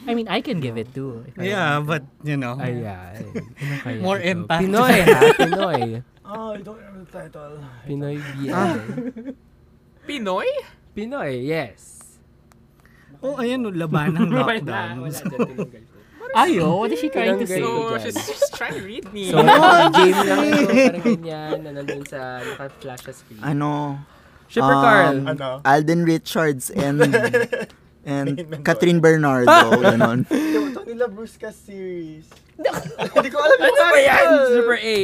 Speaker 1: I mean, I can give it too. if I
Speaker 6: [laughs] Yeah, but you know.
Speaker 2: Ayan. Ano kaya
Speaker 6: More
Speaker 2: ito?
Speaker 6: impact.
Speaker 2: Pinoy, ha? Pinoy.
Speaker 5: Oh, I don't remember the title. Ah.
Speaker 2: Pinoy BL.
Speaker 3: Pinoy?
Speaker 2: Pinoy, yes.
Speaker 6: Oh, ayan, oh, laban
Speaker 2: [laughs] Wala,
Speaker 6: ng
Speaker 2: wala
Speaker 6: lockdown.
Speaker 2: dyan, tinanggal ko.
Speaker 1: Ayo, Oh, what is she trying to say?
Speaker 2: Tinanggal ko
Speaker 3: So,
Speaker 6: Oh,
Speaker 2: dyan.
Speaker 3: she's, she's trying to read me.
Speaker 5: [laughs]
Speaker 2: So, game lang ito, parang ganyan, na nandun sa naka-flash sa screen.
Speaker 4: Ano?
Speaker 2: Shipper
Speaker 4: um,
Speaker 2: Carl.
Speaker 5: Ano?
Speaker 4: Alden Richards [laughs] and
Speaker 5: Hmm. [laughs]
Speaker 4: and
Speaker 5: Mendoza.
Speaker 4: Catherine [laughs] Bernardo. Ganon.
Speaker 5: Yung Tony Labrusca series. Hindi ko alam yung
Speaker 2: Ano yan?
Speaker 5: title.
Speaker 2: Super A.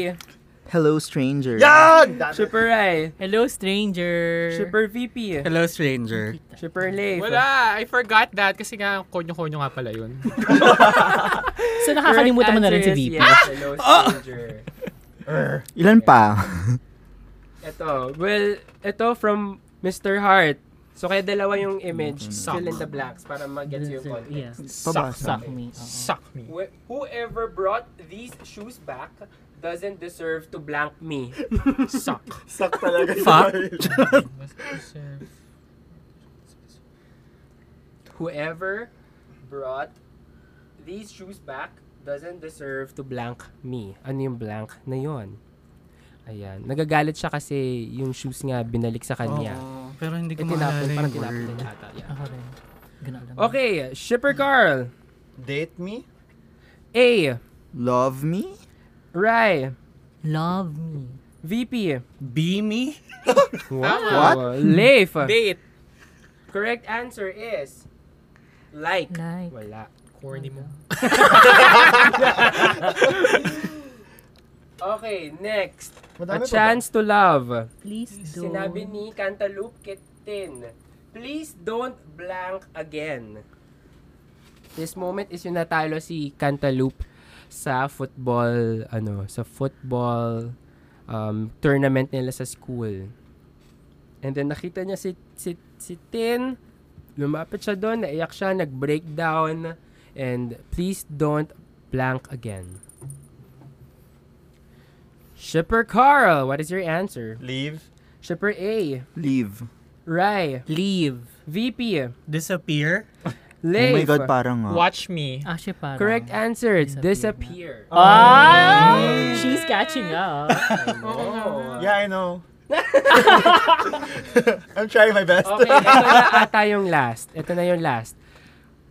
Speaker 4: Hello, stranger.
Speaker 5: Yan! Dami.
Speaker 2: Super I.
Speaker 1: Hello, stranger.
Speaker 2: Super VP.
Speaker 6: [laughs] Hello, stranger.
Speaker 2: Super Leif.
Speaker 3: Wala, I forgot that kasi nga konyo-konyo nga pala [laughs] yun.
Speaker 1: So, nakakalimutan mo na rin si Ah! VP.
Speaker 2: Yes, hello, stranger.
Speaker 4: Ilan pa? [laughs]
Speaker 2: Ito, well, ito from Mr. Heart. So, kaya dalawa yung image, fill in the blanks para mag-gets yung context.
Speaker 1: Yeah.
Speaker 4: Pabasa.
Speaker 1: Suck me. Oo.
Speaker 3: Suck me.
Speaker 2: Wh- whoever brought these shoes back doesn't deserve to blank
Speaker 1: [laughs]
Speaker 2: me.
Speaker 3: Suck.
Speaker 7: [laughs]
Speaker 5: Suck talaga.
Speaker 6: Fuck.
Speaker 5: Sorry.
Speaker 2: whoever brought these shoes back doesn't deserve to blank me. Ano yung blank na yon? Ayan. Nagagalit siya kasi yung shoes nga binalik sa kanya.
Speaker 6: Oo, pero
Speaker 2: Eh,
Speaker 6: hindi ko
Speaker 2: tinapon.
Speaker 6: maalala yung
Speaker 2: Parang tinapon
Speaker 6: word.
Speaker 2: din ata. Yeah.
Speaker 7: Ako rin. Ganun lang.
Speaker 2: Okay, Shipper Carl.
Speaker 5: Date me?
Speaker 2: A.
Speaker 4: Love me?
Speaker 2: Rai.
Speaker 7: Love me.
Speaker 2: VP.
Speaker 6: Beamy?
Speaker 2: Wow. Leif.
Speaker 3: Date.
Speaker 2: Correct answer is like.
Speaker 7: Like.
Speaker 2: Wala.
Speaker 3: Corny mo.
Speaker 2: Okay, next.
Speaker 5: Madami
Speaker 2: A
Speaker 5: pa ba?
Speaker 2: chance to love.
Speaker 7: Please do.
Speaker 2: Sinabi ni Cantaloupe Kitin, please don't blank again. This moment is yung natalo si Cantaloupe sa football, ano, sa football um, tournament nila sa school. And then nakita niya si, si, si Tin, lumapit siya doon, naiyak siya, nag-breakdown, and please don't blank again. Shipper Carl, what is your answer?
Speaker 5: Leave.
Speaker 2: Shipper A.
Speaker 4: Leave.
Speaker 2: Rai.
Speaker 6: Leave.
Speaker 2: VP.
Speaker 6: Disappear?
Speaker 2: Leif.
Speaker 4: Oh my God, parang nga.
Speaker 3: Watch me.
Speaker 1: Ah,
Speaker 7: Ashe parang.
Speaker 2: Correct answer. Disappear.
Speaker 7: Ah! She's catching
Speaker 2: [laughs]
Speaker 7: up.
Speaker 2: Oh.
Speaker 5: Yeah, I know. I'm trying my best.
Speaker 2: Okay, ito na ata yung last. Ito na yung last.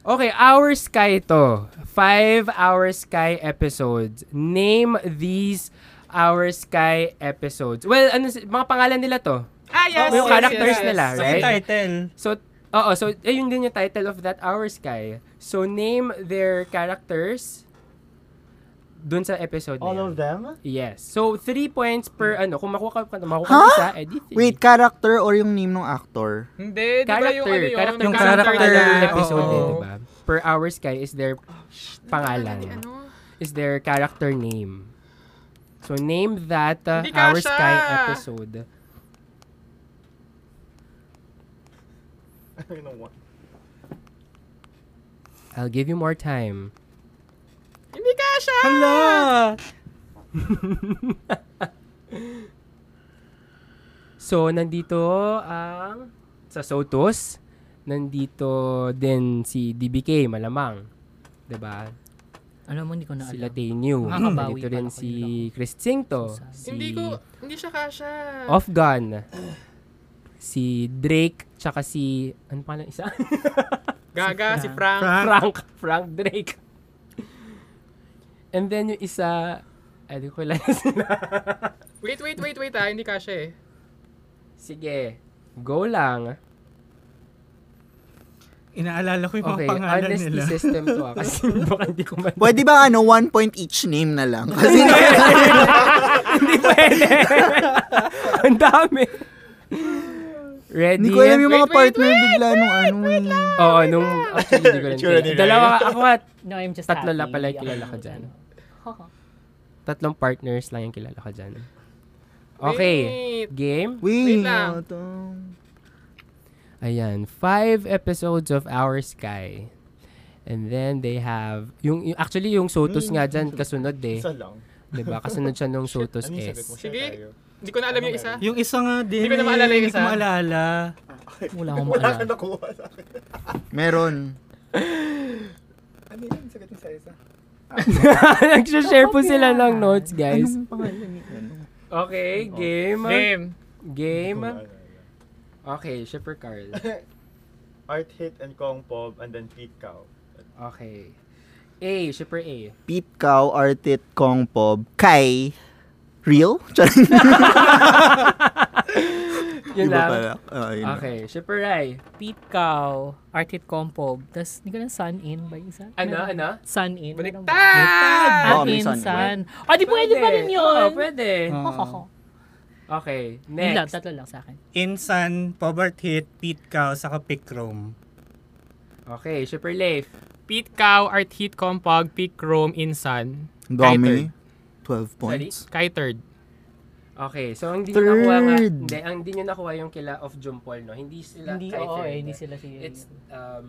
Speaker 2: Okay, Our Sky to. Five Our Sky episodes. Name these Our Sky episodes. Well, ano, si- mga pangalan nila to.
Speaker 3: Ah, yes,
Speaker 2: Yung
Speaker 3: yes,
Speaker 2: characters
Speaker 3: yes.
Speaker 2: nila,
Speaker 6: Sa
Speaker 2: right?
Speaker 6: title.
Speaker 2: So, oo, so ayun din yung title of that Our Sky. So, name their characters dun sa episode
Speaker 5: All
Speaker 2: na yun.
Speaker 5: of them?
Speaker 2: Yes. So, three points per
Speaker 3: Hmm.
Speaker 2: ano. Kung makuha ka, makuha ka huh? isa, eh, di three.
Speaker 4: Wait, character or yung name ng actor?
Speaker 3: Hindi, di ba
Speaker 2: Character.
Speaker 3: yung ano yun?
Speaker 2: character.
Speaker 6: Yung character
Speaker 2: Yung
Speaker 3: nila.
Speaker 2: episode
Speaker 3: Oo.
Speaker 2: din, di ba? Per hour sky is their
Speaker 3: Oh, Ano
Speaker 2: pangalan. Is their character name. So, name that uh,
Speaker 3: Hindi
Speaker 2: Our
Speaker 3: kasha!
Speaker 2: Sky episode.
Speaker 5: I know what.
Speaker 2: I'll give you more time.
Speaker 3: Hindi ka siya!
Speaker 6: Hala!
Speaker 2: [laughs] So, nandito ang sa Sotos, nandito din si DBK malamang. 'Di ba?
Speaker 7: Alam mo, hindi ko na
Speaker 2: Sila
Speaker 7: alam.
Speaker 2: Tenyu.
Speaker 7: Makakabawi
Speaker 2: Nandito
Speaker 7: pala
Speaker 2: rin
Speaker 7: ako,
Speaker 2: si
Speaker 7: yun
Speaker 2: Chris Cinto.
Speaker 7: Susan.
Speaker 2: Si
Speaker 3: Hindi ko, ah. hindi siya kasha.
Speaker 2: Off Gun. Si Drake, tsaka si... Ano pa lang isa? [laughs]
Speaker 3: Gaga, si Frank.
Speaker 2: Frank. Frank Drake. And then yung isa... Ay, di ko lang sila.
Speaker 3: Wait, wait, wait, wait ah. Hindi kasha eh.
Speaker 2: [laughs] Sige. Go lang.
Speaker 6: Inaalala ko yung mga
Speaker 2: Okay,
Speaker 6: pangalan
Speaker 2: honesty
Speaker 6: nila.
Speaker 2: system to ah. Kasi baka hindi ko man...
Speaker 4: Pwede ba ano, one point each name na lang? Kasi
Speaker 2: Hindi pwede. Ang dami. Ready?
Speaker 4: hindi ko alam yung
Speaker 3: Wait,
Speaker 4: mga
Speaker 3: wait,
Speaker 4: partner bigla nung ano. eh.
Speaker 2: Oo, nung... Actually, hindi ko rin
Speaker 5: Itsura ni
Speaker 2: kilala.
Speaker 5: Ryan.
Speaker 2: Dalawa, ako at
Speaker 7: No, I'm just
Speaker 2: Tatlo
Speaker 7: happy.
Speaker 2: lang pala yung
Speaker 7: Ako
Speaker 2: kilala
Speaker 7: yung
Speaker 2: ko dyan.
Speaker 7: ano.
Speaker 2: tatlong partners lang yung kilala ko dyan. Okay.
Speaker 3: Wait.
Speaker 2: Game.
Speaker 4: Wait,
Speaker 3: Wait lang.
Speaker 4: ano to?
Speaker 2: Ayan. Five episodes of Our Sky. And then they have... Yung, yung- actually, Ano yung Sotos nga dyan, kasunod eh.
Speaker 5: Isa lang.
Speaker 2: 'Di ba Kasunod siya [laughs] nung Sotos eh.
Speaker 5: Ano yung sagot mo?
Speaker 2: S.
Speaker 5: Share
Speaker 3: Sige.
Speaker 5: tayo.
Speaker 3: Hindi ko na alam yung isa.
Speaker 6: Yung isa nga din.
Speaker 3: Hindi ko na maalala yung
Speaker 6: eh, Hindi ko
Speaker 3: isa.
Speaker 6: maalala.
Speaker 7: [laughs] Wala akong
Speaker 5: Wala
Speaker 7: maalala.
Speaker 5: ka nakuha sa akin.
Speaker 4: Meron.
Speaker 5: Ano yung sagot mo sa isa?
Speaker 2: Nagsashare po sila ng notes, guys. Okay, ano? game.
Speaker 3: Game.
Speaker 2: Game.
Speaker 5: Ano, ano,
Speaker 2: Okay, Shipper [laughs] Carl.
Speaker 5: ano. Art Hit and Kong Pop and then Pete Cow.
Speaker 2: Okay. A, Shipper A.
Speaker 4: Pete Cow, Artit, Kong Pob, Kai, Real? [laughs] Charot.
Speaker 2: Yun
Speaker 4: Iba
Speaker 2: lang.
Speaker 4: pala. Ah, yun lang.
Speaker 2: Okay, Shipper Rai.
Speaker 7: Pete Cow, Artit Compob. Tapos, hindi ko na Sun In ba yung isa?
Speaker 2: Ano,
Speaker 7: Meron.
Speaker 2: ano?
Speaker 7: Sun In. meron ba?
Speaker 3: Baliktad!
Speaker 7: Ah,
Speaker 4: Oo, Oh, may
Speaker 7: In,
Speaker 4: Sun In.
Speaker 7: Sun. Ah, di pwede pa rin yun.
Speaker 2: Oo, pwede.
Speaker 7: Ho, ho, ho.
Speaker 2: Okay,
Speaker 7: Yun lang,
Speaker 2: next.
Speaker 7: tatlo lang sa akin.
Speaker 6: Insan, Poverty, Pete Cow, saka Pickrome.
Speaker 2: Okay, Shipper Leif.
Speaker 3: Pete Cow, Art Heat Compog, Peak Chrome, Insan.
Speaker 4: Gummy. 12 points.
Speaker 3: Kitered.
Speaker 2: Okay, so ang hindi
Speaker 4: Third.
Speaker 2: nyo nakuha nga, hindi, ang hindi nyo nakuha yung kila of Jumpol, no? Hindi sila
Speaker 7: Hindi,
Speaker 2: kay
Speaker 7: oo
Speaker 2: third,
Speaker 7: eh,
Speaker 2: eh.
Speaker 7: hindi sila si...
Speaker 2: It's, um,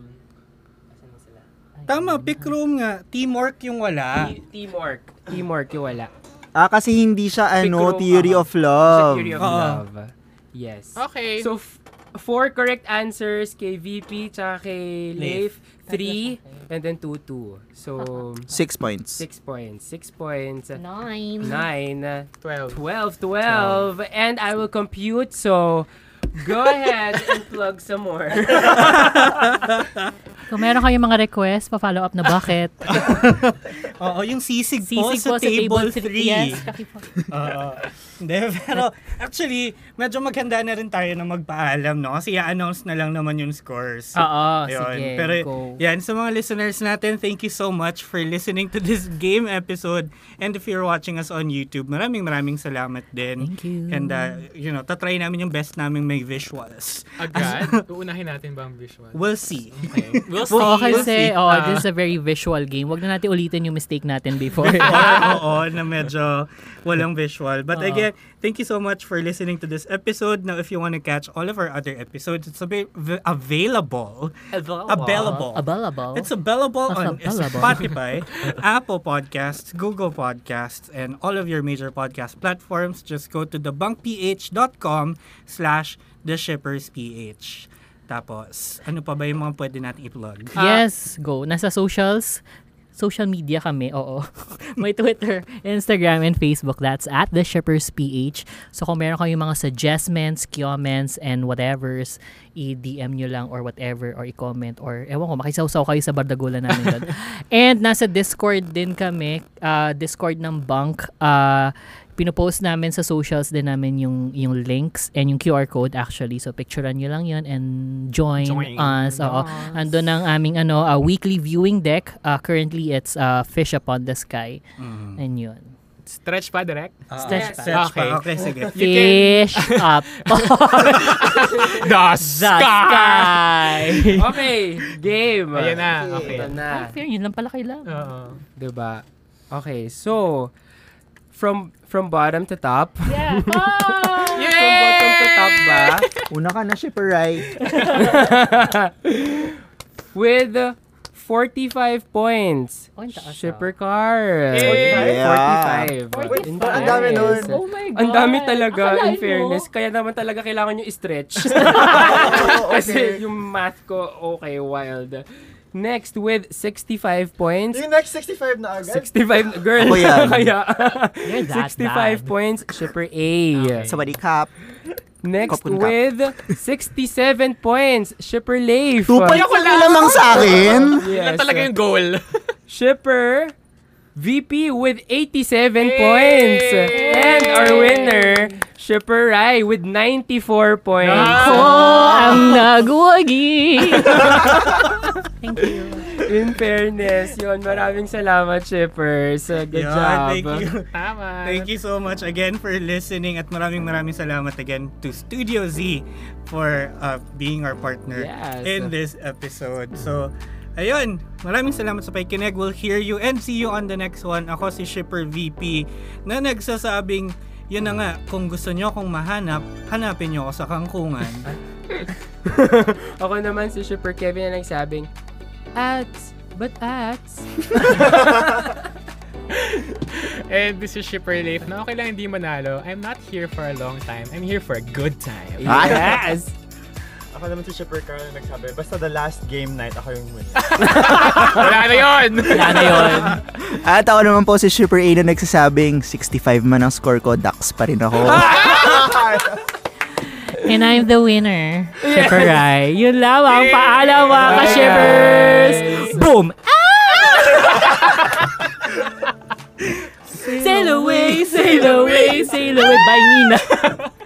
Speaker 2: asan na sila?
Speaker 6: Tama, Pickrome nga. Teamwork yung wala.
Speaker 2: T- teamwork. Teamwork, yung wala.
Speaker 4: Ah, kasi hindi siya ano,
Speaker 2: Piccolo,
Speaker 4: theory
Speaker 2: ah.
Speaker 4: of love.
Speaker 2: Security of
Speaker 6: Oo.
Speaker 2: love. Yes.
Speaker 3: Okay.
Speaker 2: So, f- four correct answers kay VP tsaka kay Leif. Three, and then two, two. So,
Speaker 4: Six points.
Speaker 2: six points. Six points.
Speaker 7: Uh-uh. Nine.
Speaker 2: Nine.
Speaker 3: 12.
Speaker 2: 12, 12. And I will compute, so go ahead and plug some more.
Speaker 7: Kung meron kayong mga request, pa-follow up na bakit.
Speaker 6: Oo, yung sisig,
Speaker 7: Sisig
Speaker 6: po sa table 3.
Speaker 7: three. Yes, kakipo.
Speaker 6: [laughs] Oo. Hindi, pero actually, medyo maganda na rin tayo na magpaalam, no? Kasi i-announce na lang naman yung scores.
Speaker 7: Oo,
Speaker 6: Ayun.
Speaker 7: sige.
Speaker 6: Pero
Speaker 7: go.
Speaker 6: yan, sa mga listeners natin, thank you so much for listening to this game episode. And if you're watching us on YouTube, maraming maraming salamat din.
Speaker 7: Thank you.
Speaker 6: And, uh, you know, tatry namin yung best naming may visuals.
Speaker 3: Agad? Uunahin natin ba ang visual?
Speaker 6: We'll see.
Speaker 3: We'll see.
Speaker 7: Oo,
Speaker 6: we'll see.
Speaker 7: kasi, oh,
Speaker 6: Ah.
Speaker 7: this is a very visual game. Wag na natin ulitin yung mistake natin
Speaker 6: [laughs]
Speaker 7: before. [laughs]
Speaker 6: Oo, na medyo walang visual. But again, thank you so much for listening to this episode. Now, if you want to catch all of our other episodes, it's avail- available. Available.
Speaker 7: Available.
Speaker 6: It's available on
Speaker 7: Available.
Speaker 6: Spotify, [laughs] Apple Podcasts, Google Podcasts, and all of your major podcast platforms. Just go to thebunkph.com slash theshippersph. Tapos, ano pa ba yung mga pwede natin i-plug?
Speaker 7: Yes, go. Nasa socials, social media kami, oo. [laughs] May Twitter, Instagram, and Facebook. That's at The Shippers PH. So kung meron kayong mga suggestments, comments, and whatevers, i-DM nyo lang or whatever, or i-comment, or ewan ko, makisawsaw kayo sa bardagulan namin doon. and nasa Discord din kami, uh, Discord ng Bunk. Uh, pinopost namin sa socials din namin yung, yung links and yung QR code actually. So picturean nyo lang yun and join,
Speaker 3: Join
Speaker 7: us. Oo. Andun ang aming ano, uh, weekly viewing deck. Uh, currently, it's uh, Fish Upon the Sky.
Speaker 2: Mm.
Speaker 7: And yun.
Speaker 3: Stretch pa, direct?
Speaker 7: Slash
Speaker 6: Search
Speaker 3: Okay.
Speaker 6: pa. Okay, sige.
Speaker 3: You can-
Speaker 7: [laughs] Fish Upon
Speaker 3: The
Speaker 7: the Sky.
Speaker 2: [laughs] okay, game.
Speaker 3: Ayan na, okay.
Speaker 2: Ito na.
Speaker 7: Ay, fair, yun lang pala kailangan.
Speaker 3: Oo.
Speaker 2: 'Di ba? Okay, so from from bottom to top. [laughs]
Speaker 7: Yeah. Ah!
Speaker 2: From bottom to top ba?
Speaker 4: Una ka na, Shipperay.
Speaker 2: [laughs] With 45 points.
Speaker 7: Oh, ang taas,
Speaker 2: Shipper car.
Speaker 4: Yeah.
Speaker 2: 45. 45. In
Speaker 5: Ang dami
Speaker 2: fairness.
Speaker 5: nun.
Speaker 7: Oh my God.
Speaker 2: Ang dami talaga,
Speaker 7: Akalain
Speaker 2: in
Speaker 7: mo?
Speaker 2: fairness. Kaya naman talaga kailangan yung stretch.
Speaker 7: [laughs]
Speaker 5: [laughs]
Speaker 2: Kasi yung math ko, okay, wild. Next, with 65 points.
Speaker 5: Yung next 65 na agad.
Speaker 2: 65, girl.
Speaker 4: Ako yan.
Speaker 2: [laughs] kaya,
Speaker 7: You're that
Speaker 2: 65
Speaker 7: bad.
Speaker 2: points, shipper A.
Speaker 4: Sabadi Cup.
Speaker 2: Next,
Speaker 4: Kapun ka.
Speaker 2: with 67 points, shipper Leif.
Speaker 4: Two points
Speaker 3: Ayoko
Speaker 4: na
Speaker 3: lang.
Speaker 4: lamang sa
Speaker 2: [laughs]
Speaker 4: akin.
Speaker 7: [laughs]
Speaker 3: Yan
Speaker 2: Yes.
Speaker 3: talaga yung goal.
Speaker 2: Shipper VP with 87 points. And our winner, Shipper Rai with 94 points.
Speaker 7: Oh, ang [laughs] nagwagi. Thank you.
Speaker 2: In fairness, yun, maraming salamat, Shippers. Uh, Good
Speaker 6: Yun,
Speaker 2: job.
Speaker 6: Thank you.
Speaker 3: Tama.
Speaker 6: Thank you so much again for listening at maraming maraming salamat again to Studio Z for uh, being our partner
Speaker 2: Yes.
Speaker 6: in this episode. So, ayun, maraming salamat sa pakikinig. We'll hear you and see you on the next one. Ako si Shipper VP na nagsasabing, yun na nga, kung gusto nyo akong mahanap, hanapin nyo ako sa kangkungan.
Speaker 2: Ako naman si Shipper Kevin na
Speaker 7: [laughs]
Speaker 2: nagsabing, Ats, but ats.
Speaker 3: And this is Shipper Leif na okay lang hindi manalo. I'm not here for a long time. I'm here for a good time.
Speaker 2: Yes!
Speaker 5: Ako naman si Shipper Carl na nagsabi, basta the last game night, ako yung winner.
Speaker 3: Wala na yun!
Speaker 7: Wala na yun.
Speaker 4: At ako naman po si Shipper A na nagsasabing 65 man ang score ko, Dax pa rin ako.
Speaker 7: And I'm the winner. Shipper Rai. Yun lamang. Paalam mga ka-shippers.
Speaker 2: [laughs]
Speaker 7: Boom! Ah! sail away, sail away, sail away by Nina.